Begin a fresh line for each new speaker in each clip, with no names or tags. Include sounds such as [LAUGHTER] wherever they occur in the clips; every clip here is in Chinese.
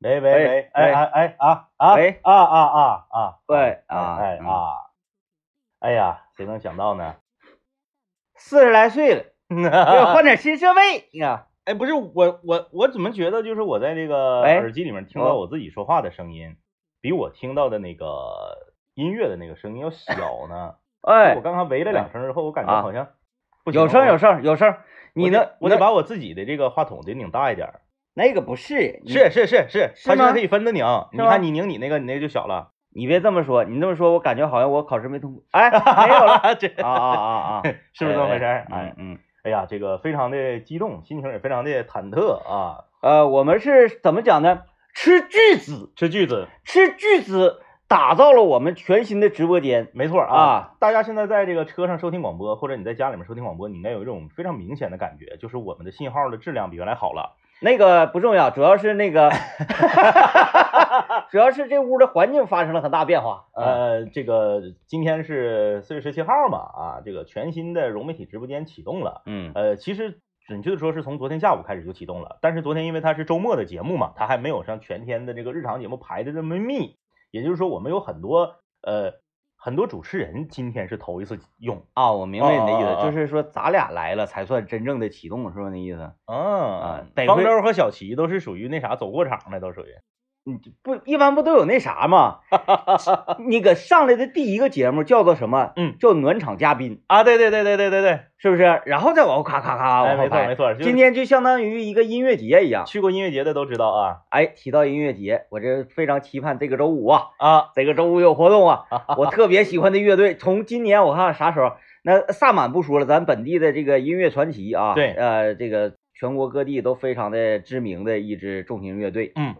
喂喂
喂
喂，哎
喂
哎哎啊啊
喂
啊啊啊啊，
喂
哎
啊
哎
嗯
啊，哎呀，谁能想到呢？四十来岁 [LAUGHS] 了，
[LAUGHS] 要换点新设备呀。
哎，不是我我我怎么觉得就是我在这个
喂
耳机里面听到
哦
我自己说话的声音，比我听到的那个音乐的那个声音要小
[LAUGHS]
呢？
哎
我，刚刚喂了两声之后，我感觉
啊
好像不行
有声
我
有声有声，你
我得
能
我得
能
把我自己的这个话筒得拧大一点儿。
那个不是你
是是是是，
是
它现在
吗
可以分着拧。你
吗
看你拧你那个，你那个就小了。
你别这么说，你这么说我感觉好像我考试没通过。哎，没
[LAUGHS]
有了
这
啊啊啊啊！
[LAUGHS] 是不是这么回事儿？
哎
哎，
嗯，嗯
哎呀，这个非常的激动，心情也非常的忐忑啊。
呃，我们是怎么讲呢？吃巨资，
吃句子，
吃巨资打造了我们全新的直播间。
没错啊。
啊
大家现在在这个车上收听广播，或者你在家里面收听广播，你应该有一种非常明显的感觉，就是我们的信号的质量比原来好了。
那个不重要，主要是
[LAUGHS]
那个，主要是这屋的环境发生了很大变化。呃，
呃，这个今天是四月十七号嘛，啊，这个全新的融媒体直播间启动了。
嗯，
呃，其实准确的说是从昨天下午开始就启动了，但是昨天因为它是周末的节目嘛，它还没有像全天的这个日常节目排的这么密，也就是说我们有很多呃很多主持人今天是头一次用，
啊，我明白你的意
哦哦哦
思，
哦
就是说咱俩来了才算真正的启动，是不是那意思？
啊
啊得
方
亏
舟和小齐都是属于那啥走过场的，都属于
你这不一般不都有那啥吗？
[LAUGHS]
那个上来的第一个节目叫做什么？
嗯，
叫暖场嘉宾，
啊，对对对对对对对，
是不是？然后再往后咔咔咔
哎，
往后
没错
排。
没错，就是
今天就相当于一个音乐节一样。
去过音乐节的都知道啊
哎，提到音乐节，我这非常期盼这个周五啊，
啊，
这个周五有活
[LAUGHS]
动啊，我特别喜欢的乐队，从今年我看啥时候，那萨满不说了，咱本地的这个音乐传奇啊，
对
呃，这个全国各地都非常的知名的一支重型乐队，
嗯，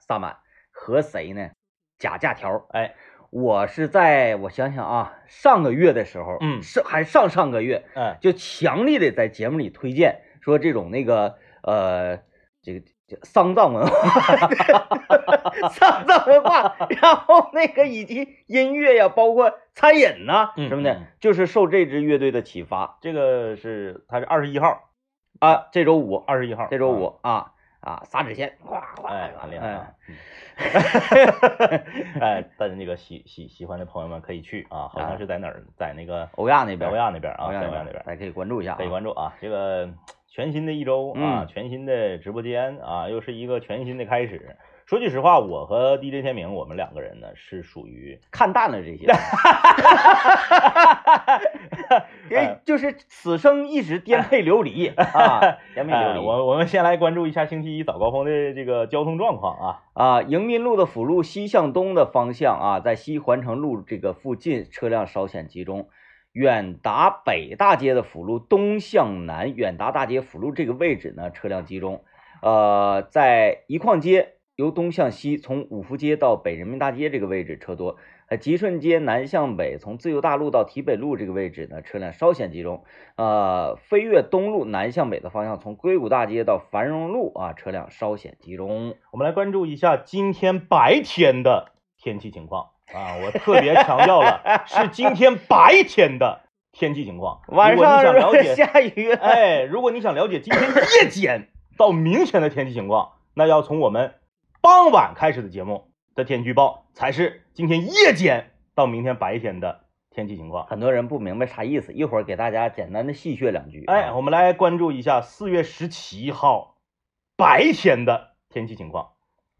萨满和谁呢？贾架条，
哎，
我是在我想想啊，上个月的时候，
嗯
是还上上个月，
嗯
就强力的在节目里推荐说这种那个呃，这个这个丧葬文化， [LAUGHS] 丧葬文化，然后那个以及音乐呀，包括餐饮呐、
嗯
什么的，
嗯嗯
就是受这支乐队的启发
这个是他是二十一号，
啊。这周五，
二十一号，
这周
啊
五啊啊，撒纸钱，哗哗，
哎，很厉害
哎
啊！嗯
[LAUGHS]
哎，但是那个喜喜喜欢的朋友们可以去啊，好像是在哪儿，在那个
欧哎亚那边，
欧亚那边啊，
欧亚
在
那
欧亚
边，
那边
大家可以关注一下、啊，
可以关注啊。这个全新的一周啊，
嗯
全新的直播间啊，又是一个全新的开始。说句实话，我和 DJ 天明，我们两个人呢是属于
看淡了
[LAUGHS]
这些，因为就是此生一时颠沛流离
[LAUGHS]
啊，颠沛
哎
流离
我我们先来关注一下星期一早高峰的这个交通状况啊。
啊。迎宾路的辅路西向东的方向啊，在西环城路这个附近车辆稍显集中。远达北大街的辅路东向南，远达大街辅路这个位置呢，车辆集中。呃，在一矿街由东向西，从五福街到北人民大街这个位置车多；呃，吉顺街南向北，从自由大路到提北路这个位置呢，车辆稍显集中。呃，飞越东路南向北的方向，从硅谷大街到繁荣路啊，车辆稍显集中。
我们来关注一下今天白天的天气情况啊！我特别强调了，是今天白天的天气情况。
晚
如果你
上
想
如
了 [LAUGHS]
果
解，
下雨了，
哎，如果你想了解今天夜间到明天的天气情况，那要从我们傍晚开始的节目的天气预报才是今天夜间到明天白天的天气情况。
很多人不明白啥意思，一会儿给大家简单的细谑两句啊。
哎，我们来关注一下四月十七号白天的天气情况。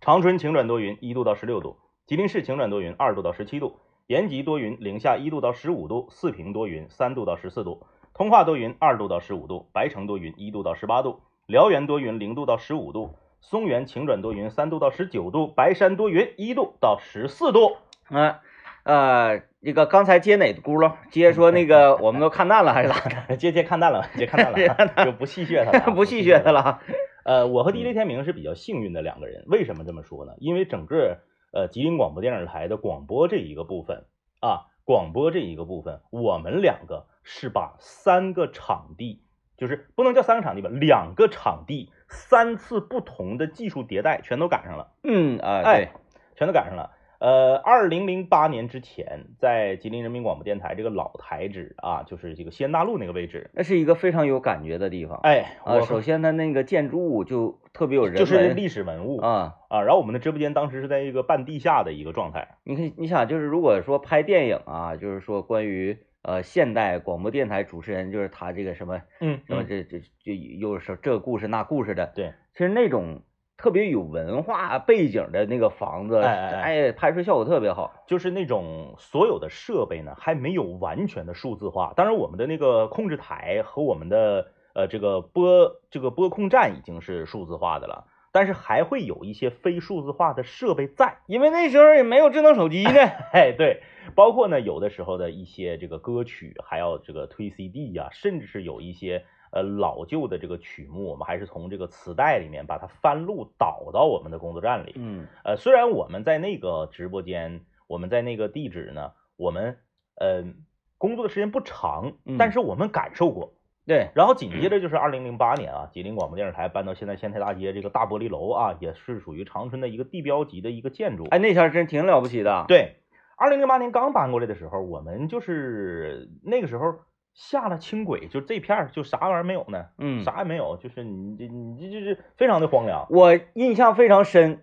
长春晴转多云，一度到十六度；吉林市晴转多云，二度到十七度；延吉多云，零下一度到十五度；四平多云，三度到十四度；通化多云，二度到十五度；白城多云，一度到十八度；辽源多云，零度到十五度；松原晴转多云，三度到十九度；白山多云，一度到十四度。 [LAUGHS]
嗯，呃，那个刚才接哪轱辘？接说
[LAUGHS]
那个我们都看淡了还是咋的？
接接看淡了，接看淡
[LAUGHS]
了，就不戏谑他了啊，
不戏谑他了啊。
呃，我和
嗯
DJ 天明是比较幸运的两个人。为什么这么说呢？因为整个呃吉林广播电视台的广播这一个部分啊，广播这一个部分，我们两个是把三个场地，就是不能叫三个场地吧，两个场地三次不同的技术迭代全都赶上了，
嗯啊，
哎
对，
全都赶上了。呃，二零零八年之前，在吉林人民广播电台这个老台址啊，就是这个西安大路那个位置。
那是一个非常有感觉的地方。
哎，
啊，
我
首先它那个建筑物就特别有人文，
就是历史文物
啊。
啊。然后我们的直播间当时是在一个半地下的一个状态。
你看，你想，就是如果说拍电影啊，就是说关于呃现代广播电台主持人，就是他这个什么
嗯
什么这这这又是这故事那故事的，
对，
其实那种特别有文化背景的那个房子，
哎哎
哎，拍出效果特别好。
就是那种所有的设备呢还没有完全的数字化。当然，我们的那个控制台和我们的呃这个播这个播控站已经是数字化的了，但是还会有一些非数字化的设备在。
因为那时候也没有智能手机呢，
哎，对，包括呢，有的时候的一些这个歌曲，还要这个推 CD 呀、甚至是有一些呃老旧的这个曲目，我们还是从这个磁带里面把它翻录导到我们的工作站里。
嗯，
呃，虽然我们在那个直播间，我们在那个地址呢，我们嗯、呃、工作的时间不长
嗯，
但是我们感受过。
对，
然后紧接着就是二零零八年啊，吉林广播电视台搬到现在仙台大街这个大玻璃楼啊，也是属于长春的一个地标级的一个建筑。
哎，那条真挺了不起的，，
对，二零零八年刚搬过来的时候，我们就是那个时候下了轻轨，就这片儿就啥玩意儿没有呢，
嗯，
啥也没有，就是你这你这就是非常的荒凉。
我印象非常深。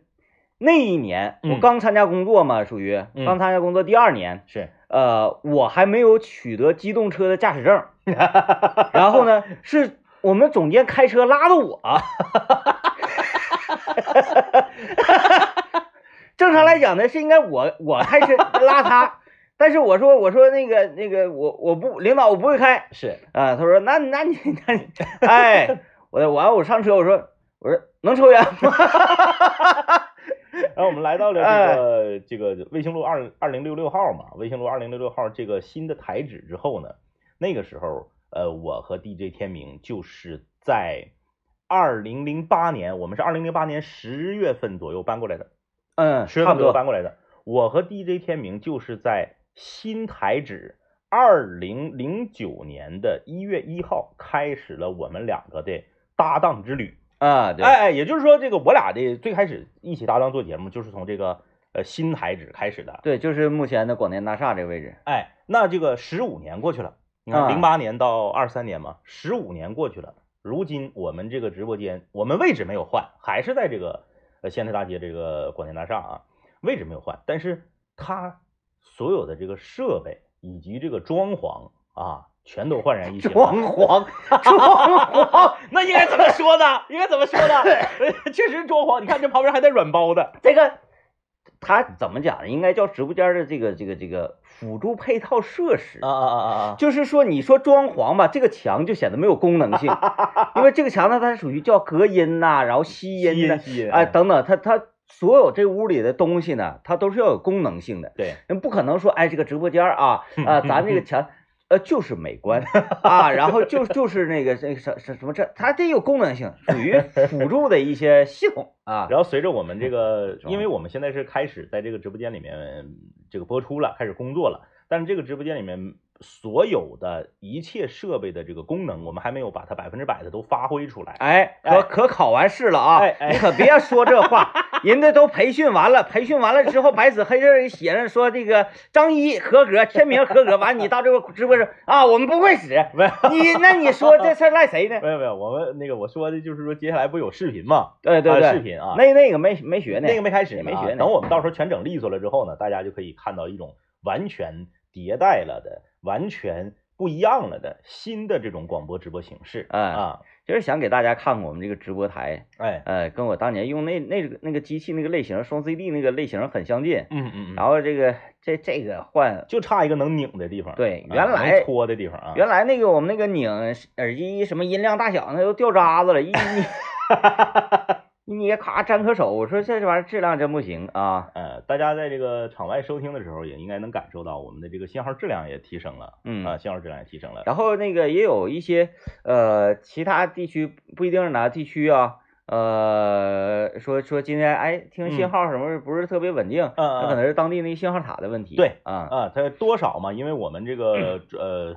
那一年
嗯
我刚参加工作嘛，属于
嗯
刚参加工作第二年，
是，
呃，我还没有取得机动车的驾驶证， [LAUGHS] 然后呢，是我们总监开车拉的我。正常来讲呢，是应该我我开车拉他，但是我说我说那个那个我我不领导我不会开
是，
啊，他说那那你那你 [LAUGHS] 哎，我完我上车我说我说能抽烟吗？
然后我们来到了这个、这个卫星路二二零六六号嘛，卫星路二零六六号这个新的台址之后呢，那个时候呃，我和 DJ 天明就是在二零零八年，我们是二零零八年十月份左右搬过来的。
嗯，
十月
差
份
不
左右
多，
搬过来的。我和 DJ 天明就是在新台址二零零九年的一月一号开始了我们两个的搭档之旅。
啊，对，
哎哎，也就是说，这个我俩的最开始一起搭档做节目，就是从这个呃新台址开始的。
对，就是目前的广电大厦这位置，
哎，那这个十五年过去了，你看
啊
零八年到二三年嘛，十五年过去了。如今我们这个直播间，我们位置没有换，还是在这个呃仙台大街这个广电大厦啊，位置没有换，但是它所有的这个设备以及这个装潢啊，全都焕然一新了。
[LAUGHS] [LAUGHS]
哦
装潢，装潢，
那应该怎么说呢？应该怎么说
[LAUGHS]
呢？呃确实装潢，你看这旁边还带软包的，
这个它怎么讲呢？应该叫直播间的这个这个这个辅助配套设施。
啊啊啊啊！
就是说，你说装潢吧，这个墙就显得没有功能 [LAUGHS] 性，因为这个墙呢，它是属于叫隔音呐、然后吸
吸
音
引
呐，
吸引
啊、等等，它它所有这屋里的东西呢，它都是要有功能性的，
对，
人不可能说，哎，这个直播间儿啊，
嗯
啊，咱这个墙，呃，就是美观啊，然后就就是那个这个什什什么这，它得有功能性，属于辅助的一些系统啊。
然后随着我们这个，
装
因为我们现在是开始在这个直播间里面嗯这个播出了，开始工作了，但是这个直播间里面所有的一切设备的这个功能，我们还没有把它百分之百的都发挥出来。
哎，
哎
可可考完试了啊！
哎哎
你可别说这
[LAUGHS]
话，人家都培训完了，培训完了之后，白纸黑字儿写上说这个张一合格，签名合格。完，你到这个直播室啊，我们不会使。
没有
你那你说这事儿
[LAUGHS]
赖谁呢？
没有没有，我们那个我说的就是说，接下来不有视频嘛？
对对
啊视
对，
频啊，
那那个没没学呢，
那个没开始呢
没
啊
学呢
等我们到时候全整利索了之后呢，大家就可以看到一种完全迭代了的、完全不一样了的新的这种广播直播形式。
哎
啊，
就是想给大家看看我们这个直播台，
哎，
呃，跟我当年用那那个那个机器那个类型双 CD 那个类型很相近。
嗯嗯
然后这个这这个换，
就差一个能拧的地方。
对
啊
原来
能搓的地方啊，
原来那个我们那个拧耳机什么音量大小那都掉渣子了，
[LAUGHS]
一捏一捏咔粘可手，我说这玩意儿质量真不行啊。
呃，大家在这个场外收听的时候，也应该能感受到我们的这个信号质量也提升了啊、
嗯，
信号质量也提升了。
然后那个也有一些呃其他地区不一定是哪地区啊，呃说说今天哎听信
嗯
号什么不是特别稳定，
嗯
那可能是当地那信号塔的问题。
对
啊，
啊，它多少嘛？因为我们这
[CLEARS THROAT]
个呃，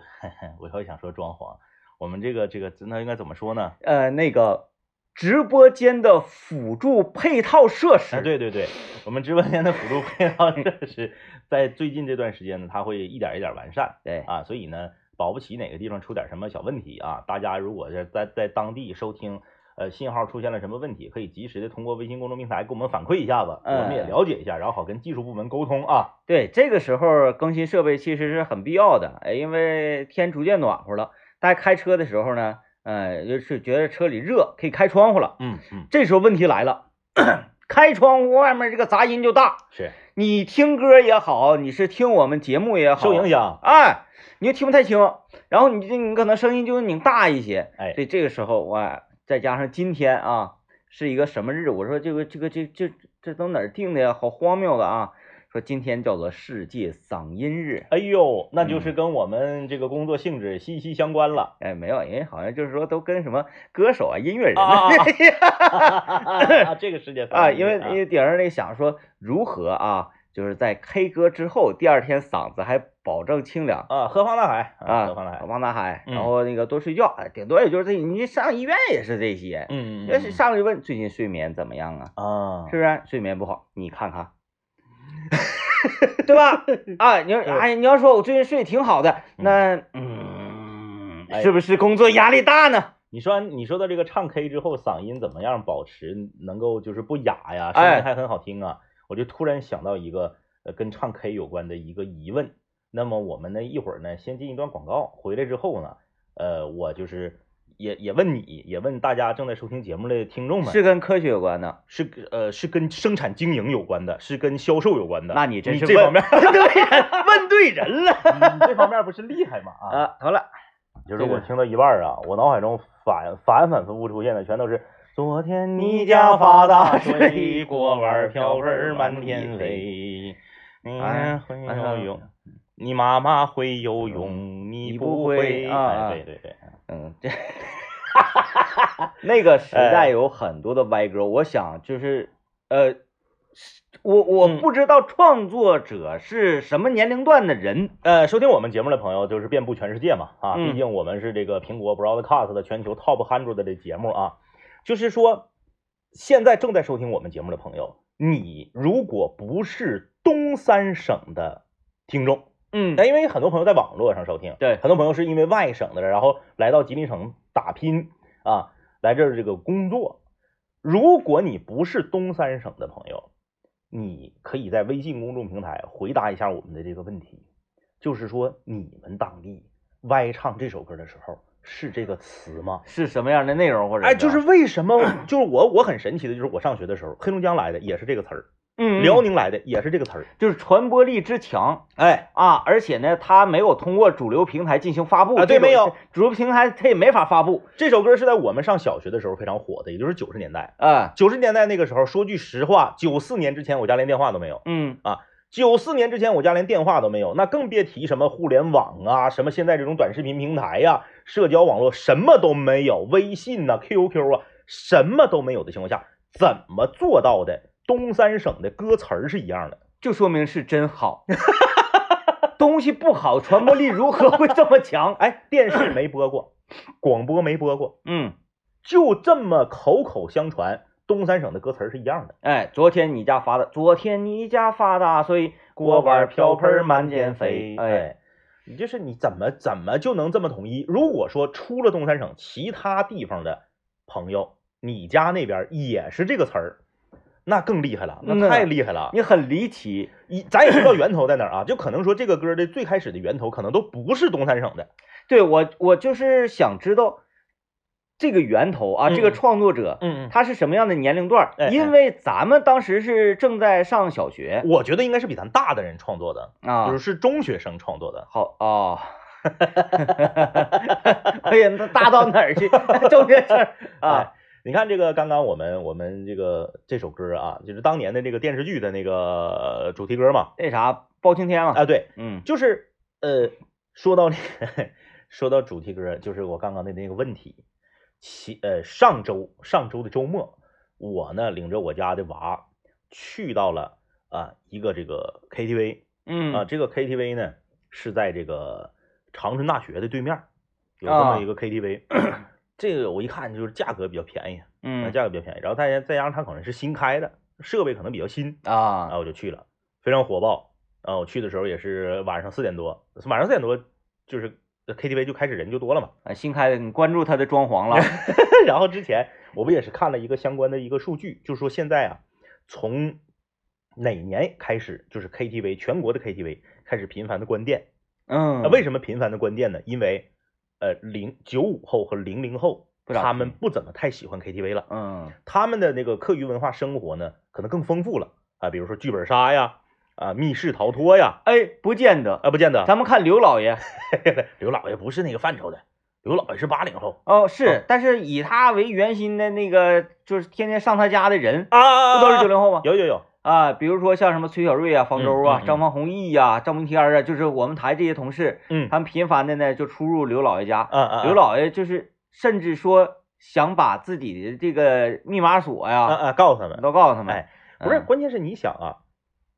我又想说装潢，我们这个这个那应该怎么说呢？
呃那个直播间的辅助配套设施。
哎，对对对，我们直播间的辅助配套设施，在最近这段时间呢，它会一点一点完善
对
啊，所以呢，保不齐哪个地方出点什么小问题啊，大家如果是在在当地收听，呃，信号出现了什么问题，可以及时的通过微信公众平台给我们反馈一下子，我们也
嗯
了解一下，然后好跟技术部门沟通啊。
对，这个时候更新设备其实是很必要的，哎，因为天逐渐暖和了，大家开车的时候呢，呃，就是觉得车里热，可以开窗户了。
嗯嗯，
这时候问题来了， [COUGHS] 开窗户外面这个杂音就大，
是
你听歌也好，你是听我们节目也好，
受影响，
哎，你就听不太清，然后你这你可能声音就拧大一些，
哎
所以这个时候哇，再加上今天啊是一个什么日？我说这个这个这这这都哪儿定的呀？好荒谬的啊！说今天叫做世界嗓音日，
哎呦，那
嗯
就是跟我们这个工作性质息息相关了。
哎，没有，人家好像就是说都跟什么歌手啊、音乐人
啊啊
啊
[LAUGHS] 这个世界
啊，因为因为顶上那个想说如何啊，就是在 K 歌之后，第二天嗓子还保证清凉。
啊，何方大海
啊，
何方大海，
汪大海，
嗯
然后那个多睡觉，哎顶多也就是这，你上医院也是这些，
嗯，嗯
要是上去问最近睡眠怎么样啊，
啊，
是不是睡眠不好？你看 [LAUGHS] 看，对吧？啊，你要
对
哎，你要说我最近睡得挺好的，那嗯，是不是工作压力大呢？
你说你说到这个唱 K 之后嗓音怎么样保持能够就是不哑呀，声
哎
音还很好听啊，我就突然想到一个呃跟唱 K 有关的一个疑问。那么我们呢一会儿呢先进一段广告，回来之后呢，呃，我就是也也问你，也问大家正在收听节目的听众们，
是跟科学有关的，
是呃是跟生产经营有关的，是跟销售有关的。
那你真是
这
问，
方面
[LAUGHS] 对呀，问对人了
你这方面不是厉害吗？啊，
[LAUGHS] 啊，好了，
就是我听到一半儿啊，我脑海中反反反复复出现的全都是昨天你家发大水，锅碗瓢盆满天飞。你
哎
会
哎
游
呀
泳，你妈妈会游泳，嗯你
你
不
不
会
会啊
哎
啊
对对对，
嗯，这 [LAUGHS] 那个时代有很多的歪歌，我想就是呃，我我
嗯
不知道创作者是什么年龄段的人，
呃，收听我们节目的朋友就是遍布全世界嘛，啊，
嗯
毕竟我们是这个苹果 Broadcast 的全球 Top Hundred 的节目啊，就是说，现在正在收听我们节目的朋友，你如果不是东三省的听众，
嗯
那因为很多朋友在网络上收听，
对
很多朋友是因为外省的，然后来到吉林省打拼啊，来这儿这个工作。如果你不是东三省的朋友，你可以在微信公众平台回答一下我们的这个问题，就是说你们当地歪唱这首歌的时候是这个词吗？
是什么样的内容或者
哎，就是为什么？ [CLEARS THROAT] 就是我我很神奇的，就是我上学的时候，黑龙江来的也是这个词儿，
嗯
辽
辽
宁来的也是这个词儿，
就是传播力之强
哎，
啊，而且呢，它没有通过主流平台进行发布
啊对
这种
没有
主流平台它也没法发布
这首歌是在我们上小学的时候非常火的，也就是九十年代。
啊，
九十年代那个时候，说句实话，九四年之前我家连电话都没有。
嗯
九四年之前我家连电话都没有，那更别提什么互联网啊，什么现在这种短视频平台呀、社交网络什么都没有，微信呐、QQ 啊，什么都没有的情况下，怎么做到的？东三省的歌词儿是一样的，
就说明是
[LAUGHS]
真好。东西不好，传播力如何会这么强？
[LAUGHS] 哎，电视没播过，广播没播过，
嗯，
就这么口口相传，东三省的歌词儿是一样的。
哎，昨天你家发的，昨天你家发的，所以锅碗瓢盆满天飞。哎，
哎，你就是你怎么怎么就能这么统一？如果说出了东三省其他地方的朋友，你家那边也是这个词儿，那更厉害了，那
嗯
太厉害了。
你很离奇，
一咱也不知道源头在哪儿啊，就可能说这个歌的最开始的源头可能都不是东三省的。
对我，我就是想知道这个源头啊，
嗯
这个创作者
嗯
他是什么样的年龄段儿？
哎哎
因为咱们当时是正在上小学
我觉得应该是比咱大的人创作的，嗯
啊，
就是是中学生创作的。
好哦。 [LAUGHS] 哎呀，那大到哪儿去？ [LAUGHS] 周学生啊，
哎你看这个，刚刚我们我们这个这首歌啊，就是当年的这个电视剧的那个呃主题歌嘛。
那啥，包青天嘛，
啊，对，
嗯
就是呃，说到那个， [LAUGHS] 说到主题歌，就是我刚刚的那个问题。其呃，上周上周的周末，我呢领着我家的娃去到了啊、一个这个 KTV 啊、
嗯
这个 KTV 呢是在这个长
啊 [CLEARS THROAT]
春大学的对面儿有这么一个 KTV，、这个我一看就是价格比较便宜，那
嗯
价格比较便宜。然后它也再加上它可能是新开的，设备可能比较新，然
啊
后我就去了，非常火爆。然后我去的时候也是晚上四点多，晚上四点多就是呃 KTV 就开始人就多了嘛。 [LAUGHS]
啊，新开的，你关注它的装潢了
哎然后之前我们也是看了一个相关的一个数据，就说现在啊，从哪年开始，就是 KTV 全国的 KTV 开始频繁的关店。
嗯
呃，为什么频繁的关店呢？因为呃，零九五后和零零后
不咋
他
去
们不怎么太喜欢 KTV 了，
嗯
他们的那个课余文化生活呢，可能更丰富了啊，比如说剧本杀呀，啊，密室逃脱呀，
哎不见得，
啊，不见得，
咱们看刘老
啊
爷
刘老爷不是那个范畴的，刘老爷是八零后
哦是，但是以他为圆心的那个就是天天上他家的人，
啊
不
不都
都是
是
九
九零？
零后吗？
有有有，
啊，比如说像什么崔小瑞啊、方舟啊、
嗯嗯嗯
张方弘毅呀、赵明天儿啊，就是我们台这些同事，
嗯，
他们频繁的呢就出入刘老爷家。
啊啊，
刘老爷就是甚至说想把自己的这个密码锁呀、
啊啊，告诉他们，
都告诉他们。
哎不是，
嗯，
关键是你想啊，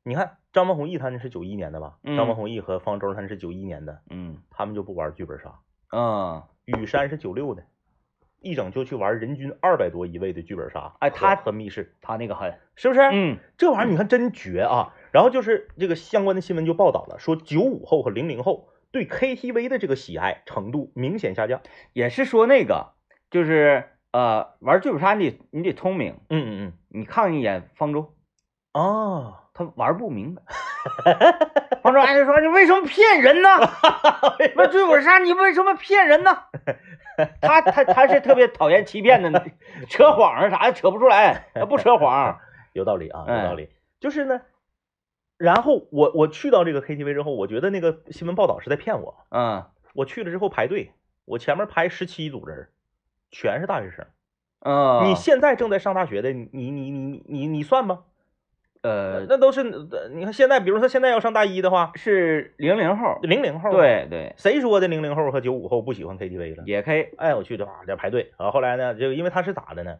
你看张文宏毅他们是九一年的吧？
嗯
张文宏毅和方舟他们是九一年的，
嗯
他们就不玩剧本杀。
嗯，
雨山是九六的，一整就去玩人均二百多一位的剧本杀，
哎
和
他
和密室，
他那个狠，
是不是？
嗯
这玩意儿你看真绝啊！然后就是这个相关的新闻就报道了，说九五后和零零后对 KTV 的这个喜爱程度明显下降。
也是说那个就是呃玩剧本杀你得你得聪明，
嗯嗯
你看一眼方舟，
嗯，哦，
他玩不明白。方舟还就说：“你为什么骗人呢？那追我杀你为什么骗人呢？”他他他是特别讨厌欺骗的，扯谎啊啥的扯不出来，他不扯谎。
有道理啊，有
哎
道理。就是呢，然后我我去到这个 KTV 之后，我觉得那个新闻报道是在骗我。
嗯
我去了之后排队，我前面排十七组人儿，全是大学生。
嗯，
你现在正在上大学的，你你你你你你算吗？
呃
那都是呃你看现在，比如说现在要上大一的话，
是零零后，
零零后，，
对对，
谁说的零零后和九五后不喜欢 KTV 了？
也可以
哎，我去的话在排队啊。后来呢，这个因为他是咋的呢？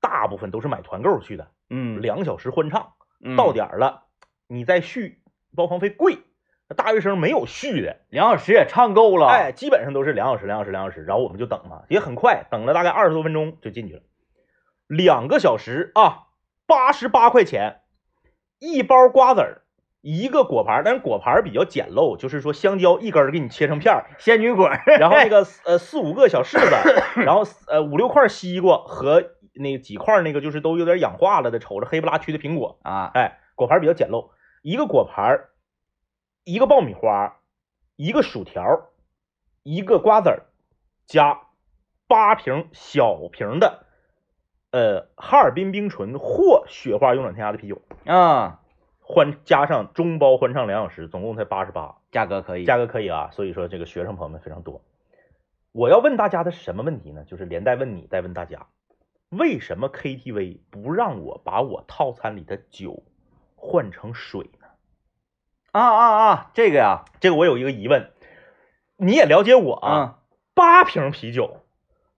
大部分都是买团购去的，
嗯
两小时欢唱。
嗯
到点儿了，你再续包房费贵。大学生没有续的，
两小时也唱够了，
哎，基本上都是两小时、两小时、两小时，然后我们就等嘛，也很快，等了大概二十多分钟就进去了，两个小时啊，八十八块钱，一包瓜子儿，一个果盘儿，但是果盘儿比较简陋，就是说香蕉一根儿给你切成片儿，
仙女果儿，
然后那个呃四五个小柿子，然后呃五六块西瓜和那几块那个就是都有点氧化了的瞅着黑不拉碴的苹果，
啊，
哎，果盘比较简陋，一个果盘儿，一个爆米花，一个薯条儿，一个瓜子儿，加八瓶小瓶的，呃，哈尔滨冰醇或雪花永远添加的啤酒，
嗯，
欢加上中包欢唱两小时，总共才八十八，
价格可以，
价格可以啊。所以说这个学生朋友们非常多。我要问大家的是什么问题呢？就是连带问你，再问大家，为什么 KTV 不让我把我套餐里的酒换成水呢？
啊啊啊，这个呀，
这个我有一个疑问，你也了解我啊，
啊，
八瓶啤酒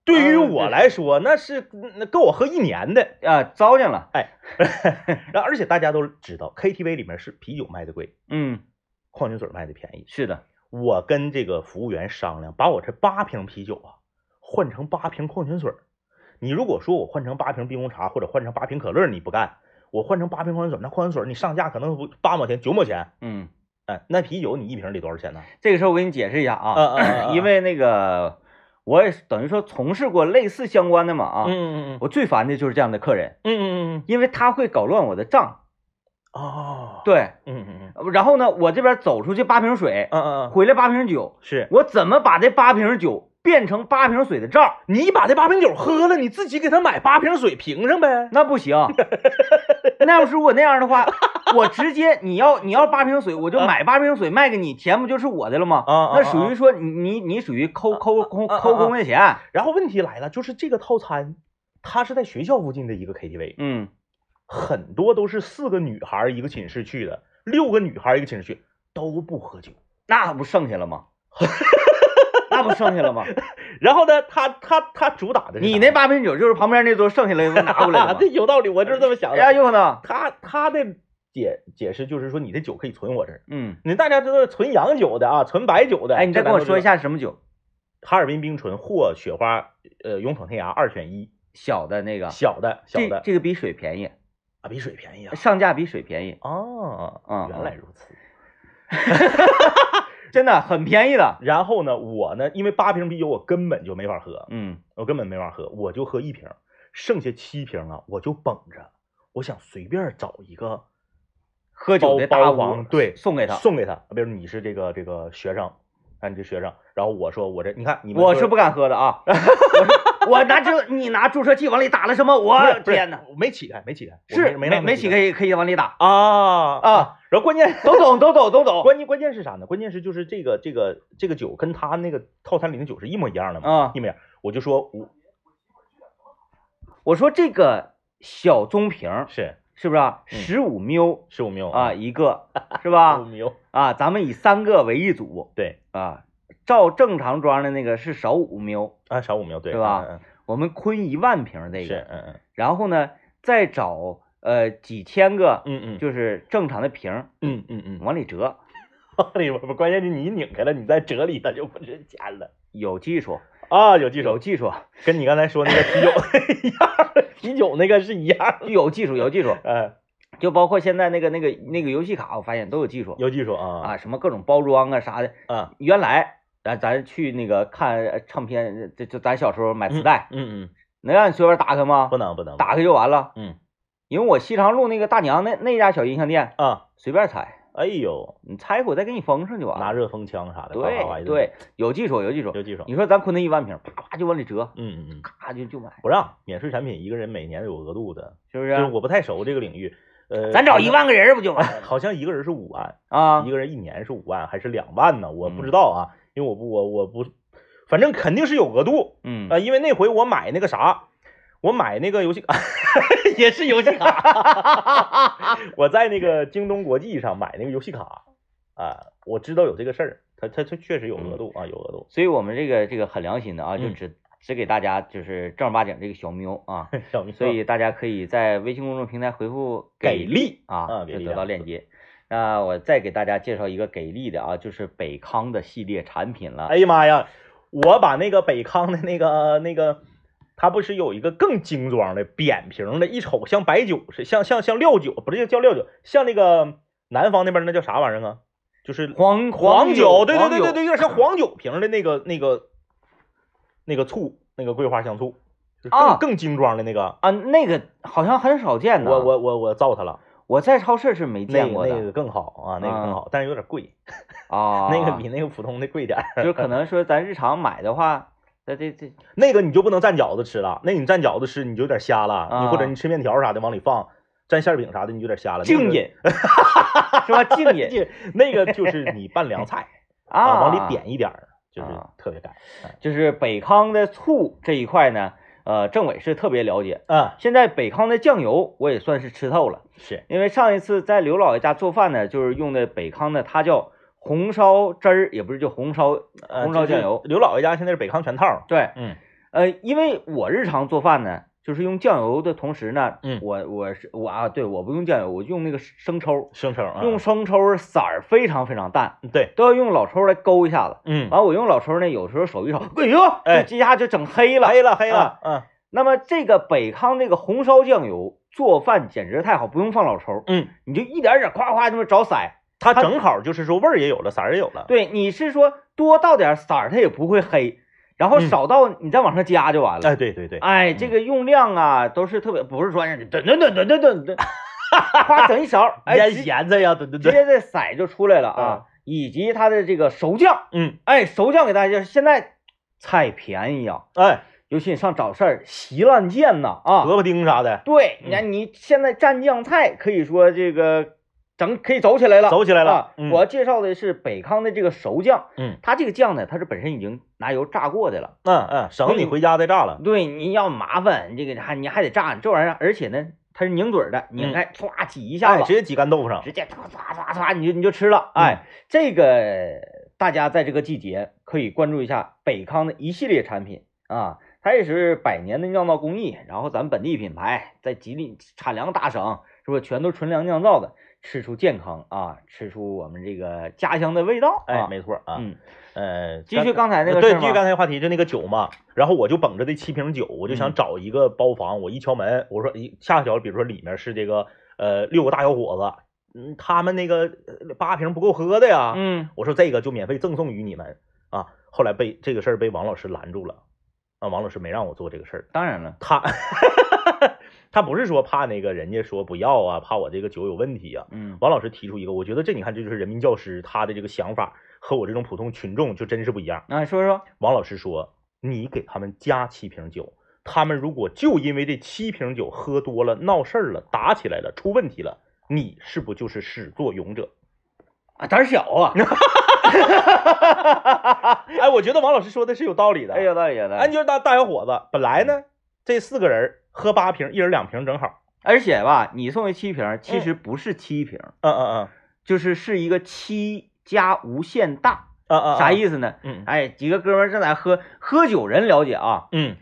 对于
嗯
我
对
来说那是那够我喝一年的。
啊，糟践了，
然后而且大家都知道，KTV 里面是啤酒卖的贵，
嗯，
矿泉水卖的便宜。
是的，
我跟这个服务员商量，把我这八瓶啤酒啊换成八瓶矿泉水儿。你如果说我换成八瓶冰红茶或者换成八瓶可乐，你不干；我换成八瓶矿泉水儿，那矿泉水儿你上架可能不八毛钱、九毛钱，
嗯。
哎，那啤酒你一瓶得多少钱呢？
这个事儿我给你解释一下啊，
嗯嗯嗯嗯
因为那个我也是等于说从事过类似相关的嘛啊，
嗯嗯嗯
我最烦的就是这样的客人，
嗯嗯嗯
因为他会搞乱我的账，
哦，
对，
嗯嗯嗯
然后呢，我这边走出去八瓶水，
嗯嗯，
回来八瓶酒，
是
我怎么把这八瓶酒变成八瓶水的账？
你把这八瓶酒喝了，你自己给他买八瓶水瓶上呗。
那不行，那要是我那样的话，我直接你要你要八瓶水，我就买八瓶水卖给你，钱不就是我的了吗？
啊啊啊
那属于说你你你属于抠抠抠
啊啊啊
抠工的钱，
然后问题来了，就是这个套餐，它是在学校附近的一个 KTV，
嗯，
很多都是四个女孩儿一个寝室去的，六个女孩儿一个寝室去，都不喝酒。
那不剩下
[LAUGHS]
了吗？那不剩下了吗？
然后呢，他他他主打的是啥
你那八瓶酒就是旁边那桌剩下来的拿过
[LAUGHS]
来的
这
吗？
有道理，我就是这么想
哎呀，
的。
有可能，
他他的解解释就是说，你的酒可以存我这儿。
嗯，
你大家知道存洋酒的啊，存白酒的。
哎，你再
这咱
跟我
都
说一
知道，
下什么酒？
哈尔滨冰醇或雪花呃勇闯天涯二选一。
小的那个，
小的小
这
的
这个比水便宜，
啊，比水便宜啊。
上架比水便宜，
哦
嗯
原来如此。
真的很便宜的。
然后呢，我呢，因为八瓶啤酒我根本就没法喝，
嗯，
我根本没法喝，我就喝一瓶，剩下七瓶啊，我就绷着，我想随便找一个
喝酒
包
的大
包
王
房，对
送给他。
送给他。比如你是这个这个学生，啊，你这学生，然后我说我这，你看你们
我
说
是不敢喝的
[LAUGHS]
啊，我是我拿这你拿注射器往里打了什么？
不
我
是不是
天哪，
我没起开，没起开，我
是
没没
没没几个也可以往里
[LAUGHS]
打
啊啊！
啊，
然后关键
都懂都懂都懂
关键关键是啥呢？关键是就是这个这个这个酒跟他那个套餐里的酒是一模一样的嘛，
啊
一。模一样。我就说我
我说这个小棕瓶儿
是
是不是啊？
嗯哦
十五缪
十五缪
啊，，一
[LAUGHS]
个是
十五
吧？
缪，
啊，咱们以三个为一组
对
啊，照正常装的那个是少五缪，
啊，少五缪，对
是吧
嗯
我们坤一万瓶儿
嗯
那
是
个，
嗯嗯
然后呢再找呃几千个
嗯嗯，
就是正常的瓶儿
[LAUGHS] 嗯嗯嗯，
往里折，
里哎边不，关键是你拧开了，你再折里它就不值钱了
有技术
啊。有技
有
术，
技术
跟你刚才说那个啤
[LAUGHS]
酒一样，啤酒那个是一样的。
有技术有技术，
哎，
就包括现在那个那个那个游戏卡，我发现都有技术
有技术啊
啊，什么各种包装啊啥的，
啊，
原来咱咱去那个看呃唱片，就就咱小时候买磁带，
嗯嗯，
能让你随便打开吗
不？能不能，
打开就完了。
嗯
因为我西长路那个大娘那那家小音像店，
啊，
随便拆，
哎呦，
你拆一会儿再给你封上就完
拿
了。
热风枪啥的，哗哗哗
对
一顿
对，有技术有技术。
有技术，
你说咱昆仑一万瓶，啪啪就往里折，
嗯嗯嗯，
咔就就买，
不让免税产品一个人每年有额度的，
是不
就是
是？
我不太熟这个领域，呃，
咱找
好像
一，万个人不
[LAUGHS]
就完了
好像一个人是五万，
啊
一？个人一年是五万还是两万呢？我
嗯
不知道啊，因为我不我我不，反正肯定是有额度。
嗯，
啊，因为那回我买那个啥，我买那个游戏卡， [LAUGHS] 也是游戏卡， [LAUGHS] 我在那个京东国际上买那个游戏卡，啊，我知道有这个事儿，它它它确实有额度啊，有额度。
所以我们这个这个很良心的啊，就
嗯
只只给大家就是正儿八经这个小喵啊，
[LAUGHS] 小明说，
所以大家可以在微信公众平台回复“
给
给
力
啊，
啊
就
给力
得到
啊
链接。那我再给大家介绍一个给力的啊，就是北康的系列产品了。
哎呀妈呀，我把那个北康的那个那个。它不是有一个更精装的扁平的，一瞅像白酒似，像像像料酒，不是叫料酒，像那个南方那边那叫啥玩意儿啊？就是
黄
黄
酒，
酒，对对对对对，
对，
有点像黄酒瓶的那个那个那个醋，那个桂花香醋，就是
啊
更更精装的那个。
啊，那个好像很少见的。
我我我我造它了，
我在超市是没
那
见
个
过
那
的
个更好啊，那个更好，但是有点贵，
啊，
[LAUGHS] 那个比那个普通的贵点儿。啊
就是可能说咱日常买的话，那这这
那个你就不能蘸饺子吃了，那你蘸饺子吃你就有点瞎了，
啊
你或者你吃面条啥的往里放，蘸馅儿饼啥的你就有点瞎了。那
静
个 [LAUGHS]
饮是吧？静饮
那个就是你拌凉菜
啊，
往里点一点儿，就是
啊
特别干。
就是北康的醋这一块呢，呃，政委是特别了解。
嗯，
现在北康的酱油我也算是吃透了，
是
因为上一次在刘老爷家做饭呢，就是用的北康的，它叫红烧汁儿，也不是叫红烧，
呃
红烧
就是
酱油
刘老爷家现在是北康全套。
对，
嗯
呃，因为我日常做饭呢，就是用酱油的同时呢，
嗯
我我是我啊，对，我不用酱油，我用那个生抽，
生抽啊，
用生抽色儿非常非常淡，
对，
都要用老抽来勾一下子。
嗯，
完，我用老抽呢，有时候手一瞅，哎呦，
哎
这一下就整黑了。
黑了黑
啊
了，嗯
那么这个北康这个红烧酱油做饭简直太好，不用放老抽，
嗯，
你就一点儿点儿夸夸这么找色儿。
它
它
正好就是说味儿也有了，色儿也有了，
对，你是说多倒点色儿，它也不会黑，然后
嗯
少倒你再往上加就完了。
哎对对对，
哎，这个用量啊都是特别，不是说让你等等等等等等等，夸整一勺，哎，
腌
直
咸菜呀，对对
直
对，
接这色儿就出来了啊，以及它的这个熟酱，
嗯，
哎，熟酱给大家现在菜便宜啊，
哎，
尤其你上早市儿席烂贱呐啊，
萝卜丁啥的，
对，
嗯
你看你现在蘸酱菜可以说这个整可以走起来了，
走起来
啊
了，嗯
我介绍的是北康的这个熟酱，
嗯
它这个酱呢，它是本身已经拿油炸过的了。
嗯嗯，省得你回家再炸了，
对，你要麻烦这个还你还得炸这玩意儿，而且呢，它是拧嘴儿的，拧
嗯
开歘挤一下
哎，
子，
直接嗯挤干豆腐上，
直接唰唰唰唰你就你就吃了。哎，这个大家在这个季节可以关注一下北康的一系列产品啊，它也是百年的酿造工艺，然后咱们本地品牌在吉林产粮大省，是不是全都纯粮酿造的？吃出健康啊，吃出我们这个家乡的味道。
哎，
啊
没错啊，
嗯，
呃，
继续刚才那个
对，
事儿
继续
吗
刚才话题，就那个酒嘛。然后我就捧着这七瓶酒，我就
嗯
想找一个包房。我一敲门，我说一恰巧，比如说里面是这个呃六个大小伙子，嗯，他们那个呃八瓶不够喝的呀。
嗯，
我说这个就免费赠送于你们啊。后来被这个事儿被王老师拦住了，啊，王老师没让我做这个事儿。
当然了，
他 [LAUGHS] 他不是说怕那个人家说不要啊，怕我这个酒有问题啊。
嗯，
王老师提出一个，我觉得这你看这就是人民教师他的这个想法和我这种普通群众就真是不一样。
那、啊说说，
王老师说，你给他们加七瓶酒，他们如果就因为这七瓶酒喝多了、闹事儿了、打起来了、出问题了，你是不就是始作俑者？ [LAUGHS]
啊，胆儿小 [LAUGHS] 啊，
哎，我觉得王老师说的是有道理的。
哎，有道理，有道
哎，你
理。
就是大大小伙子，本来呢这四个人喝八瓶，一人两瓶正好。
而且吧，你送的七瓶儿其实不是七瓶儿，
嗯嗯
就是是一个七加无限大，
嗯嗯嗯，
啥
思？
意思呢？
嗯
哎，几个哥们儿正在喝喝酒，人了解啊，
嗯，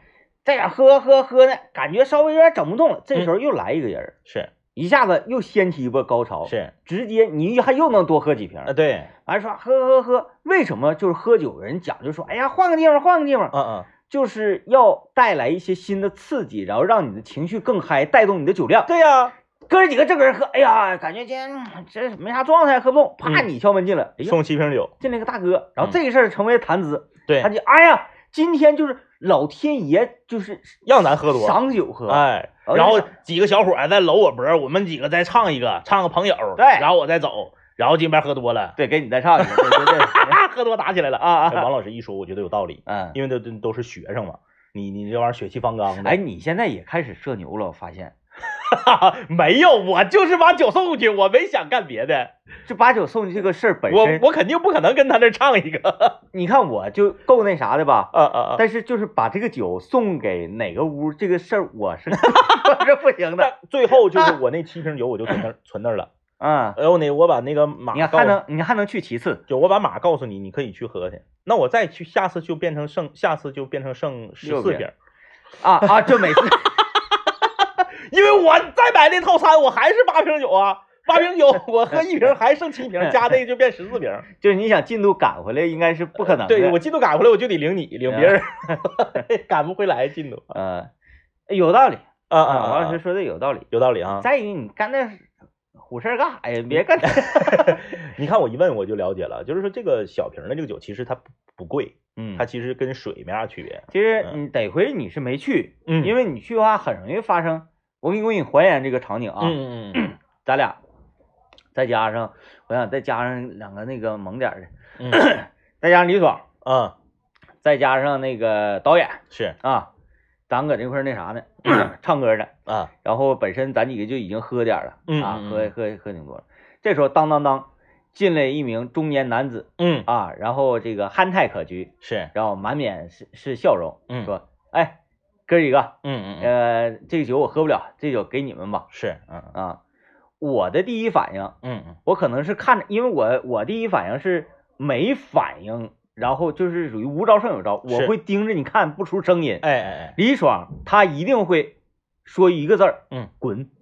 在那喝喝喝呢，感觉稍微有点整不动了。这时候又来一个人儿，
是
一下子又掀起一波高潮，
是
直接你还又能多喝几瓶
哦啊，
儿。
对，
完说喝喝喝，为什么就是喝酒人讲究说，哎呀，换个地方，换个地方，
嗯嗯
就是要带来一些新的刺激，然后让你的情绪更嗨，带动你的酒量。
对呀、
哥儿几个这个人喝，哎呀，感觉今天嗯这没啥状态，喝不动，啪，
嗯
你敲门进来，哎呀，
送七瓶酒，
进来个大哥，然后
嗯
这个事儿成为谈资。
对
他，就哎呀，今天就是老天爷就是
让咱喝多。
赏酒喝，
哎，
哦
然后
是
几个小伙儿在搂我脖儿，我们几个再唱一个，唱个朋友，
对
然后我再走，然后这边喝多了， [LAUGHS]
对，给你再唱一个，对对 [LAUGHS] 对，
啊，喝多打起来了啊！
啊
哎
啊，
王老师一说，我觉得有道理，
嗯，
因为都都都是学生嘛，你你这玩意儿血气方刚的，
哎，，你现在也开始社牛了，我发现，
[LAUGHS] 没有，我就是把酒送过去，我没想干别的，
就把酒送你这个事儿本
我
身，
我肯定不可能跟他那儿唱一
[LAUGHS]
个，
你看我就够那啥的吧。
啊啊啊！
但是就是把这个酒送给哪个屋这个事儿，我是 [LAUGHS] 我是不行 [LAUGHS] 的。
但最后就是我那七瓶酒，我就存那
[LAUGHS]
儿存那儿了，
嗯，
然后呢，我把那个马
你
告
还能你还能去其次，
就我把马告诉你，你可以去喝去。那我再去，下次就变成剩，下次就变成剩十
六
四
瓶
瓶，
啊啊，就每次
因为我再买那套餐，我还是八瓶酒啊，八瓶
[LAUGHS]
酒我喝一瓶还剩七瓶，加这个就变十四瓶。
就是你想进度赶回来，应该是不可能的。
呃对我进度赶回来，我就得领你，领
[LAUGHS]
别人， [LAUGHS] 赶不回来进度。
呃，有道理
啊
[LAUGHS] 啊，
啊，
王老师说的有道理。
[LAUGHS] 有道理啊。
再一个，你干那虎事儿干啥呀？别干那，
你看我一问我就了解了，就是说这个小瓶的这个酒其实它不不贵，
[LAUGHS] 嗯
它其实跟水没啥区别。
其实你得亏你是没去，
嗯
因
为
为你去的话很容易发生。我给你我给你还原这个场景啊，
嗯嗯嗯
咱俩再加上我想再加上两个那个猛点儿的，
[CLEARS THROAT] 嗯嗯
再加上李爽，
啊
再加上那个导演
是
啊，咱搁这块儿那
[CLEARS THROAT]
啥呢，唱歌的。
啊
然后本身咱几个就已经喝点儿了，
嗯
啊，
嗯
喝
嗯
喝喝挺多了。这时候当当当进来一名中年男子
嗯
啊，然后这个憨态可掬，
是
然后满脸是是笑容，
嗯
说：“哎，哥几个，
嗯嗯嗯
呃，这个酒我喝不了，这酒给你们吧。
是嗯”
啊，我的第一反应，
嗯嗯。
我可能是看着，因为我我第一反应是没反应，然后就是属于无招胜有招，
是
我会盯着你看不出声音。
哎哎
李爽他一定会说一个字儿，
嗯，
滚。 [LAUGHS]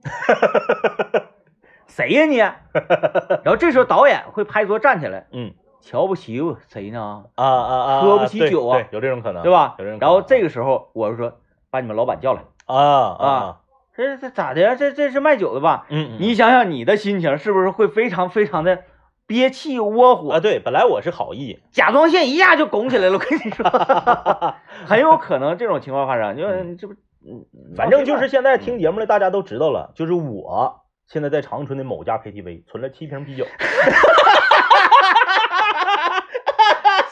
谁呀 [LAUGHS] 你？然后这时候导演会拍桌站起来，
嗯
瞧不起我谁呢？
啊啊啊，
喝不起酒啊
对，对有这种可能，
对吧？
有这种可能。
然后这个时候我就说把你们老板叫来，
啊啊，
这这咋的呀？这这是卖酒的吧？
嗯，嗯
你想想你的心情是不是会非常非常的憋气窝火
啊，？对，本来我是好意，
甲状腺一下就拱起来了，我跟你 [LAUGHS] 说，很有可能这种情况发生，就是
嗯
你这不，嗯嗯
反正就是现在听节目的大家都知道了，就是我现在在长春的某家 KTV 存了七瓶 [LAUGHS] 啤酒。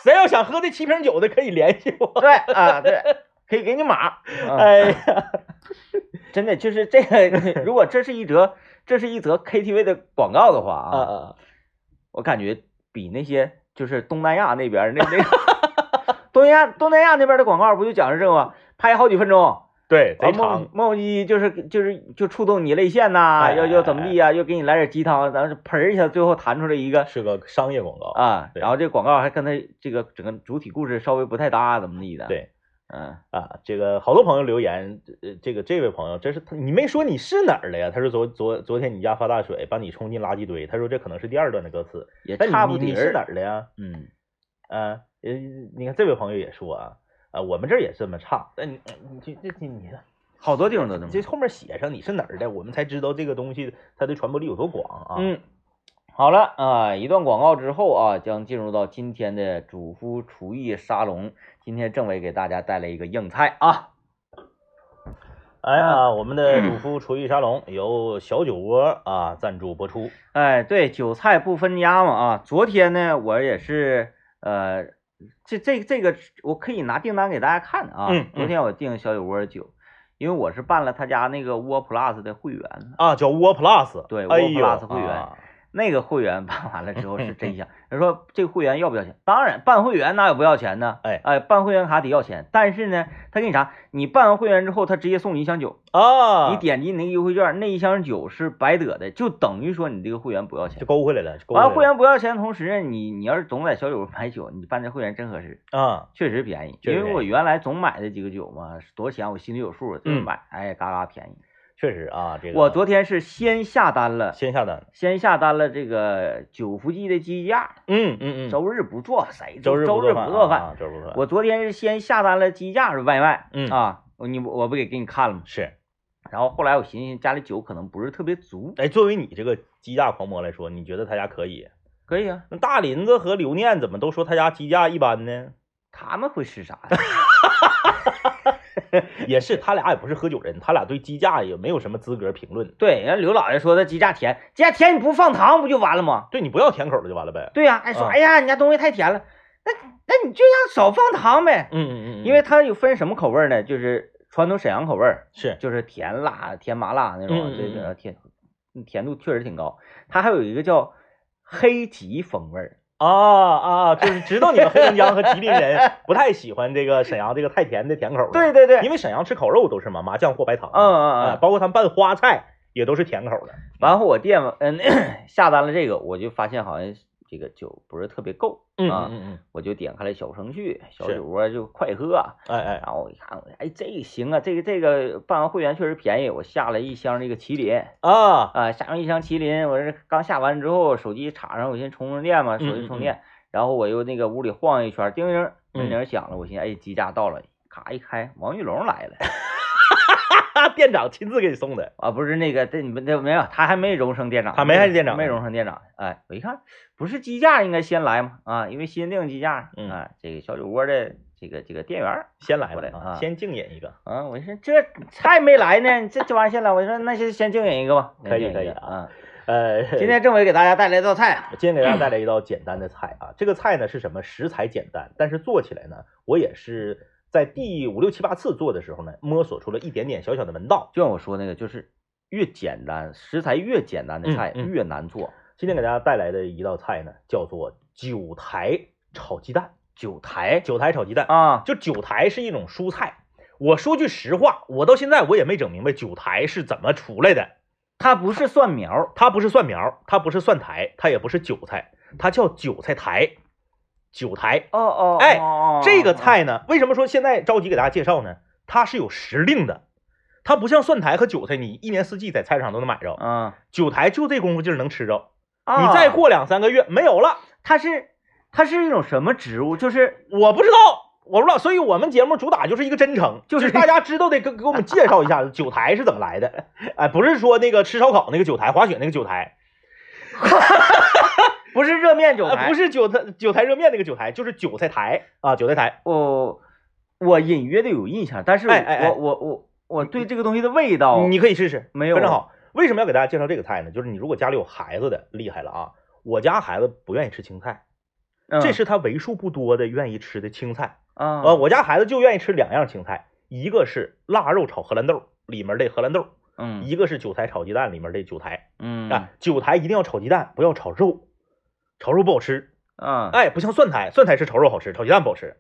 谁要想喝这七瓶酒的，可以联系我。
对啊，对，可以给 [LAUGHS] 你码。
[LAUGHS] 哎
哎，
呀，
真的就是这个，如果这是一则，这是一则 KTV 的广告的话
[LAUGHS] 啊
啊，
啊，
我感觉比那些就是东南亚那边儿那那个东南亚东南亚那边的广告不就讲是这个吗？拍好几分钟，啊
对，贼
完磨
长。
磨磨唧唧就是就是就触动你泪腺呐、
哎
要要怎么地呀、啊又给你来点鸡汤，咱们盆一下，最后弹出来一个
是个商业广告。
啊，
哦对
然后这广告还跟他这个整个主体故事稍微不太搭，怎么地的？
对，
嗯，
啊，这个好多朋友留言，呃，这个这位朋友，这是他，你没说你是哪儿的呀？他说昨昨昨天你家发大水，把你冲进垃圾堆。他说这可能是第二段的歌词，
也
但
差
你
不
你
离
你是哪儿的呀？
嗯，
啊，呃，你看这位朋友也说啊，啊，我们这儿也这么唱，但你你这这这你
好多地方都这么
你。这后面写上你是哪儿的，我们才知道这个东西它的传播力有多广啊。
嗯，好了啊，一段广告之后啊，将进入到今天的主夫厨艺沙龙。今天政委给大家带来一个硬菜啊，
哎呀，我们的主妇厨艺沙龙由小酒窝啊赞助播出。
哎，对，韭菜不分家嘛啊。昨天呢，我也是呃，这这这个我可以拿订单给大家看啊。
嗯嗯
昨天我订小酒窝的酒，因为我是办了他家那个窝 plus 的会员，
啊，叫窝 Plus，
对
哎
窝
呦
Plus 会员
啊
那个会员办完了之后是
[LAUGHS]
真香。他说这个会员要不要钱？当然，办会员哪有不要钱呢？
哎
哎，办会员卡得要钱，但是呢，他给你啥？你办完会员之后，他直接送你一箱酒，
啊，
你点击你那个优惠券，那一箱酒是白得的，就等于说你这个会员不要
就
钱。
勾回来了，就勾回来
完
了
啊会员不要钱的同时呢，你你要是总在小酒买酒，你办这会员真合适，
啊，
确实便宜。
确实
因为我
便宜
原来总买的几个酒嘛，多少钱我心里有数，就是
嗯
买，哎，嘎嘎便宜。
确实啊，这个
我昨天是先下单了，
先下单，
先下单了这个九福记的鸡架，
嗯嗯
周日不做，谁
周日
周
做
日
饭，
不做饭？
啊，周日不做饭，
我昨天是先下单了鸡架是外卖，
嗯
啊，你我不给给你看了吗？
是，
然后后来我寻思家里酒可能不是特别足，
哎，作为你这个鸡架狂魔来说，你觉得他家可以？
可以啊，
那大林子和刘念怎么都说他家鸡架一般呢？
他们会吃啥呀？
也是，他俩也不是喝酒人，他俩对鸡架也没有什么资格评论。
[LAUGHS] 对，人家刘老爷说的鸡架甜，鸡架甜你不放糖不就完了吗？
对你不要甜口的就完了呗。
对呀、哎说、
嗯
哎呀你家东西太甜了，那那你就让少放糖呗，
嗯嗯嗯，
因为它有分什么口味儿呢？就是传统沈阳口味儿，
是
就是甜辣、甜麻辣那
嗯
种，
嗯
这
嗯
个甜甜度确实挺高。它还有一个叫黑吉风味儿，
啊啊，就是知道你们黑龙江和吉林
[LAUGHS]
人不太喜欢这个沈阳这个太甜的甜口的。
对对对，
因为沈阳吃烤肉都是嘛麻酱或白糖，
嗯嗯嗯
哎包括他们拌花菜也都是甜口的。
然后我店嗯 [CLEARS THROAT] 下单了这个，我就发现好像这个酒不是特别够，啊
嗯嗯，
我就点开了小程序，小
是
酒窝就快喝啊，
哎哎，
然后我一看，我哎这个行啊，这个这个办完会员确实便宜，我下了一箱这个麒麟
啊，
啊，下完一箱麒麟，我这刚下完之后手机插上，我先充充电嘛，手
嗯嗯
机
嗯
充电，然后我又那个屋里晃一圈，叮铃
嗯
叮铃响了，我寻思哎鸡架到了，咔一开，王玉龙来了。
店长亲自给你送的，
啊，不是那个，这你们这没有，他还没荣升店长，
他没还是店长
没
呢
荣升店长。哎，我一看，不是鸡架应该先来嘛，啊，因为新定鸡架，
嗯
啊，这个小酒窝的这个这个店员儿，
先来
过来
了
啊
先竞演一个，
啊，我说这菜没来呢，这这玩意儿先来，我说那先先敬人一个吧，
可以
先敬
可以
一个
啊 [LAUGHS]
啊。
呃，
今天政委给大家带来一道菜，啊
我今天给大家带来一道简单的菜啊，这个菜呢是什么？食材简单，但是做起来呢，我也是在第五六七八次做的时候呢，摸索出了一点点小小的门道。
就像我说那个，就是越简单食材越简单的
嗯
菜
嗯
越难做，
今天给大家带来的一道菜呢，叫做九台炒鸡蛋。
九台
九台炒鸡蛋
啊，
就九台是一种蔬菜。我说句实话，我到现在我也没整明白九台是怎么出来的。
它不是蒜苗，
它不是蒜苗，它不是蒜苔，它也不是韭菜，它叫韭菜苔。韭苔
哦哦，
哎
哦
这个，菜呢，为什么说现在着急给大家介绍呢？它是有时令的，它不像蒜苔和韭菜，你一年四季在菜市场都能买着。
嗯，
韭苔就这功夫劲儿能吃着，
啊
哦你再过两三个月没有了，
它是它是一种什么植物？就是
我不知道，我不知道。所以我们节目主打就是一个真诚，
就是
大家知道得给给我们介绍一
[LAUGHS]
下韭苔是怎么来的。哎，不是说那个吃烧烤那个韭苔，滑雪那个韭苔，
不是热面韭
啊
菜，
不是韭菜韭菜热面那个韭苔，就是韭菜苔啊，韭菜苔。
我我隐约的有印象，但是我
哎哎哎
我我我对这个东西的味道
你可以试试，
哦没有
非常好。为什么要给大家介绍这个菜呢？就是你如果家里有孩子的，厉害了啊！我家孩子不愿意吃青菜，
嗯
这是他为数不多的愿意吃的青菜。
啊
呃，我家孩子就愿意吃两样青菜，一个是腊肉炒荷兰豆里面的荷兰豆，
嗯
一个是韭菜炒鸡蛋里面的韭菜。
嗯
啊，韭苔一定要炒鸡蛋，不要炒肉，炒肉不好吃。
啊
哎，不像蒜苔，蒜苔是炒肉好吃，炒鸡蛋不好吃。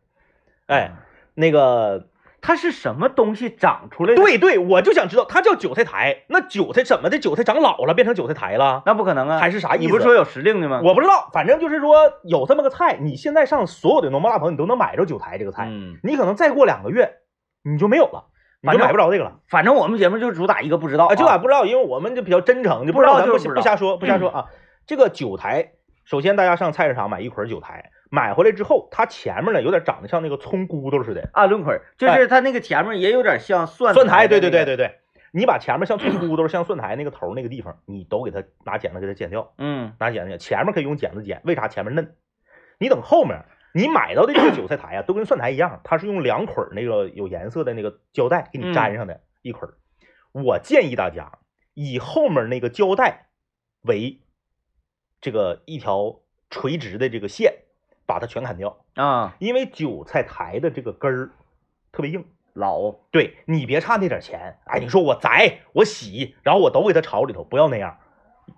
嗯
哎，那个，
它是什么东西长出来的？，
对对，我就想知道，它叫韭菜苔，那韭菜怎么的？韭菜长老了变成韭菜苔了，
那不可能啊，
还是啥意思？
你不是说有时令的吗？
我不知道，反正就是说有这么个菜，你现在上所有的农贸大棚，你都能买着韭苔这个菜。
嗯
你可能再过两个月，你就没有了，你
反
就
正
买不着这个了
反正我们节目就主打一个不知道
啊。就
啊
俺不知道，因为我们就比较真诚，就
不知道
咱不
就是不知
不
道嗯
瞎说，不瞎说啊。这个酒台，首先大家上菜市场买一捆韭苔，买回来之后，它前面呢有点长得像那个葱骨头似的，
啊，轮葵儿就是它那个前面也有点像蒜
哎蒜苔，
的
对对
那
对对
个，
对，你把前面像葱骨头、像蒜苔那个头儿那个地方，你都给它拿剪子给它剪掉，
嗯
拿剪子剪，前面可以用剪子剪，为啥前面嫩？你等后面，你买到的这个 [COUGHS] 韭菜苔啊，都跟蒜苔一样，它是用两捆儿那个有颜色的那个胶带给你粘上的，一捆儿。我建议大家以后面那个胶带为这个一条垂直的这个线，把它全砍掉，
啊
因为韭菜苔的这个根儿特别硬。
老
对你别差那点钱，哎，你说我宰我洗，然后我都给它炒里头，不要那样，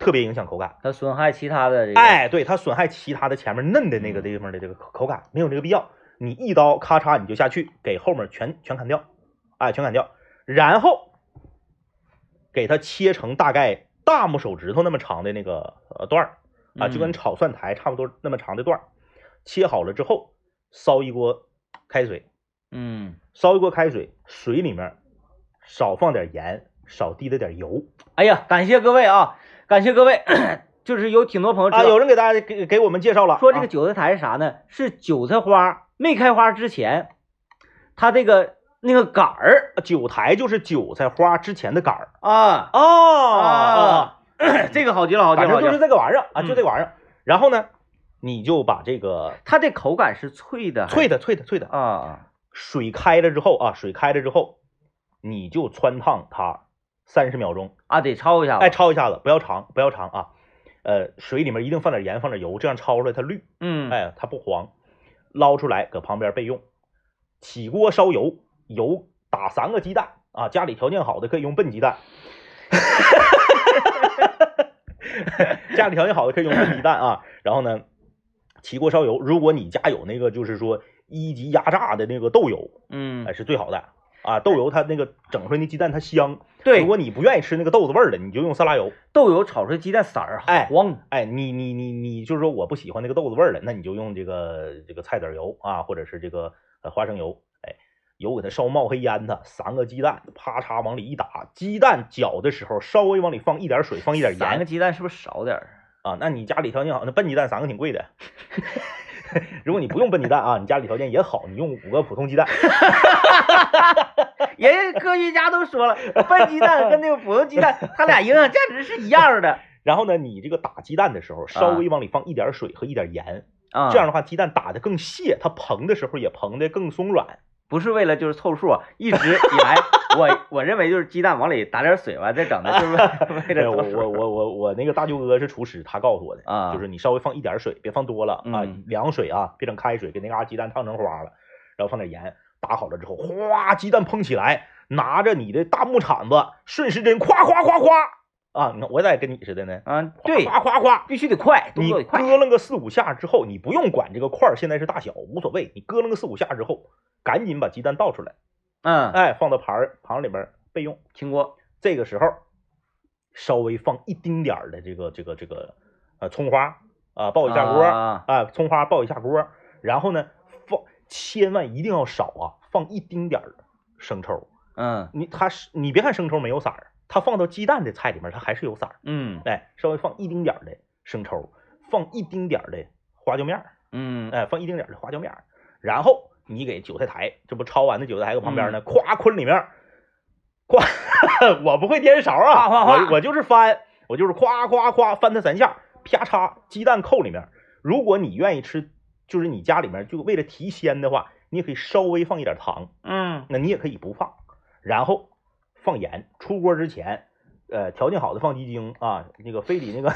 特别影响口感。
它损害其他的这个，嗯
哎，对，它损害其他的前面嫩的那个地方的这个口口感，没有这个必要。你一刀咔嚓你就下去，给后面全全砍掉，哎，全砍掉，然后给它切成大概大拇手指头那么长的那个呃段儿啊，就跟
嗯
炒蒜苔差不多那么长的段儿，切好了之后烧一锅开水，
嗯，
烧一锅开水，水里面少放点盐，少滴了点油
哎呀，感谢各位啊，感谢各位， [COUGHS] 就是有挺多朋友知
啊。
道
有人给大家给给我们介绍了，
说这个
啊
韭菜苔是啥呢？是韭菜花没开花之前，它这个那个杆儿
韭苔就是韭菜花之前的杆儿
啊
哦
啊， [COUGHS] 这个好极了，好极
反
了，好
正就
极了
是这个玩意儿啊，
嗯
就这玩意儿。然后呢，你就把这个
它这口感是脆的还是，
脆的、脆的、脆的，
啊啊，
水开了之后啊，水开了之后，你就穿烫它三十秒钟，
啊得焯一下吧，
哎，焯一下子，不要长，不要长啊。呃，水里面一定放点盐，放点油，这样焯出来它绿。
嗯，
哎，它不黄，捞出来搁旁边备用。起锅烧油，油打三个鸡蛋啊，家里条件好的可以用笨鸡蛋， [LAUGHS] 家里条件好的可以用笨鸡蛋啊。然后呢，起锅烧油，如果你家有那个就是说一级压榨的那个豆油，
嗯
哎，，是最好的啊。豆油它那个整出来那鸡蛋它香，如
对，
果你不愿意吃那个豆子味儿的，你就用色拉油。
豆油炒出来鸡蛋色儿
哎
黄，
哎，你你你你就是说我不喜欢那个豆子味儿了，那你就用这个这个菜籽儿油啊，或者是这个呃花生油，哎，油给它烧冒黑烟它，三个鸡蛋啪嚓往里一打，鸡蛋搅的时候稍微往里放一点水，放一点
三个
盐
鸡蛋是不是少点儿？
啊。那你家里条件好，那笨鸡蛋三个挺贵的。 [LAUGHS] 如果你不用笨鸡蛋啊，你家里条件也好，你用五个普通鸡蛋，
啊 [LAUGHS] 人家科学家都说了，笨鸡蛋跟那个普通鸡蛋，它俩营养价值是一样的
然后呢，你这个打鸡蛋的时候稍
啊
微往里放一点水和一点盐，[LAUGHS]
啊。
这样的话鸡蛋打得更泄，它膨的时候也膨得更松软。
不是为了就是凑数，啊一直以来我我认为就是鸡蛋往里打点水完再整的，就是为为
对 [LAUGHS]
了
哎我
凑数。
我我我我那个大舅哥是厨师，他告诉我的
啊
就是你稍微放一点水，别放多了啊
嗯，
凉水啊，别整开水，给那嘎鸡蛋烫成花了，然后放点盐，打好了之后，哗，鸡蛋烹起来，拿着你的大木铲子，顺时针，夸夸夸夸啊，你看我咋跟你似的呢？
啊，
[LAUGHS]
对，
夸夸夸。
必须得快，动
你
作得快。
咯楞个四五下之后，你不用管这个块儿现在是大小，无所谓。你咯楞个四五下之后，赶紧把鸡蛋倒出来，
[LAUGHS] 嗯，
哎，放到盘儿盘儿里边儿备用。
秦锅
这个时候稍微放一丁点儿的这个这个这个呃葱花啊、爆一下锅啊、
啊，
葱花爆一下锅，然后呢放千万一定要少啊，放一丁点儿的生抽。
嗯
你它是你别看生抽没有色儿，它放到鸡蛋的菜里面它还是有色儿。
嗯
哎，稍微放一丁点儿的生抽，放一丁点儿的花椒面儿，
嗯，
哎，放一丁点儿的花椒面儿，然后你给韭菜苔，这不焯完的韭菜苔搁旁边呢，夸坤里面儿，夸， [LAUGHS] 我不会颠勺啊，
哗哗哗
我我就是翻，我就是夸夸夸翻它三下，啪嚓，鸡蛋扣里面儿。如果你愿意吃，就是你家里面就为了提鲜的话，你也可以稍微放一点糖，
嗯
那你也可以不放，然后放盐。出锅之前，呃，条件好的放鸡精啊，那个非得那个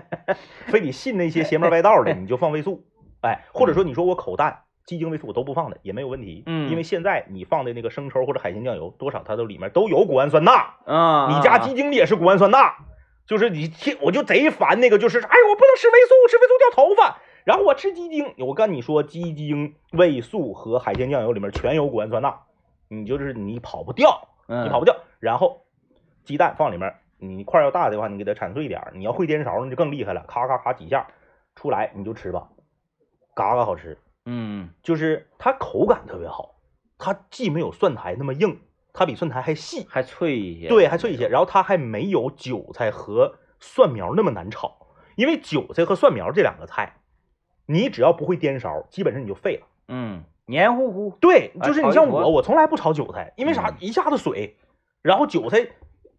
[LAUGHS] 非得信那些邪门歪道的，你就放味素。哎，或者说你说我口淡，鸡精、味素我都不放的也没有问题，
嗯
因为现在你放的那个生抽或者海鲜酱油，多少它都里面都有谷氨酸钠，
啊，
你家鸡精里也是谷氨酸钠。就是你听，我就贼烦那个，就是哎，我不能吃味素，吃味素掉头发。然后我吃鸡精，我跟你说，鸡精、味素和海鲜酱油里面全有谷氨酸钠，你就是你跑不掉，
你
你跑不掉。然后鸡蛋放里面，你块儿要大的话，你给它铲碎点儿。你要会颠勺，那就更厉害了，咔咔咔几下出来你就吃吧，嘎嘎好吃。
嗯
就是它口感特别好，它既没有蒜苔那么硬，它比蒜苔还细，
还脆一些。
对，还脆一些。然后它还没有韭菜和蒜苗那么难炒，因为韭菜和蒜苗这两个菜，你只要不会颠勺，基本上你就废了。
嗯，黏糊糊。
对，
啊
就是
炒
你
一
像
坨
我，我从来不炒韭菜，因为啥
嗯？
一下子水，然后韭菜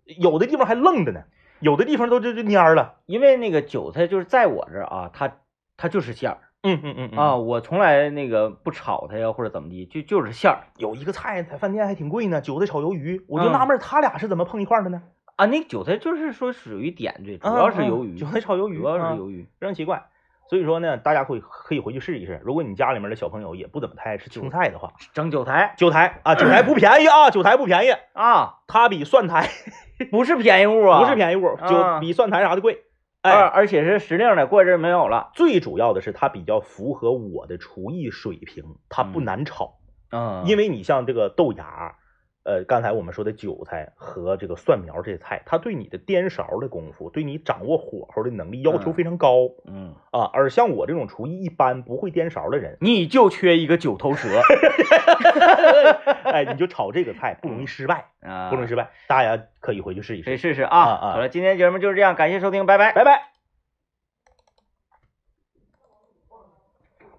有的地方还愣着呢，有的地方都就就蔫儿了。
因为那个韭菜就是在我这儿啊，它它就是馅儿
嗯嗯嗯嗯
啊，我从来那个不炒它呀或者怎么地，就就是馅儿
有一个菜在饭店还挺贵呢，韭菜炒鱿鱼，我就
嗯
纳闷儿他俩是怎么碰一块儿的呢？
啊。那韭菜就是说属于点缀，主要是鱿
嗯
鱼，
韭菜啊炒鱿鱼，
主要是
鱼，
鱿鱼。
非常奇怪。所以说呢，大家可以可以回去试一试。如果你家里面的小朋友也不怎么太爱吃青菜的话，
整韭菜
韭苔啊，韭苔不便宜啊，韭苔不便宜，
啊，
它比蒜苔
[LAUGHS] 不是便宜物啊，
不是便宜物，
啊
就比蒜苔啥的贵。
而
哎，
而且是时令的，过阵儿没有了。
最主要的是它比较符合我的厨艺水平，它不难炒。
嗯，
因为
为
你像这个豆芽，呃，刚才我们说的韭菜和这个蒜苗这些菜，它对你的颠勺的功夫，对你掌握火候的能力要求
嗯
非常高
嗯，
啊。而像我这种厨艺一般不会颠勺的人， [LAUGHS]
你就缺一个九头 [LAUGHS] 蛇
哎，你就炒这个菜不容易失败，
啊，
不容易失败。大家可以回去试一
可以
试。
试试啊。
啊啊
好了，今天节目就是这样，感谢收听，拜拜。
拜拜。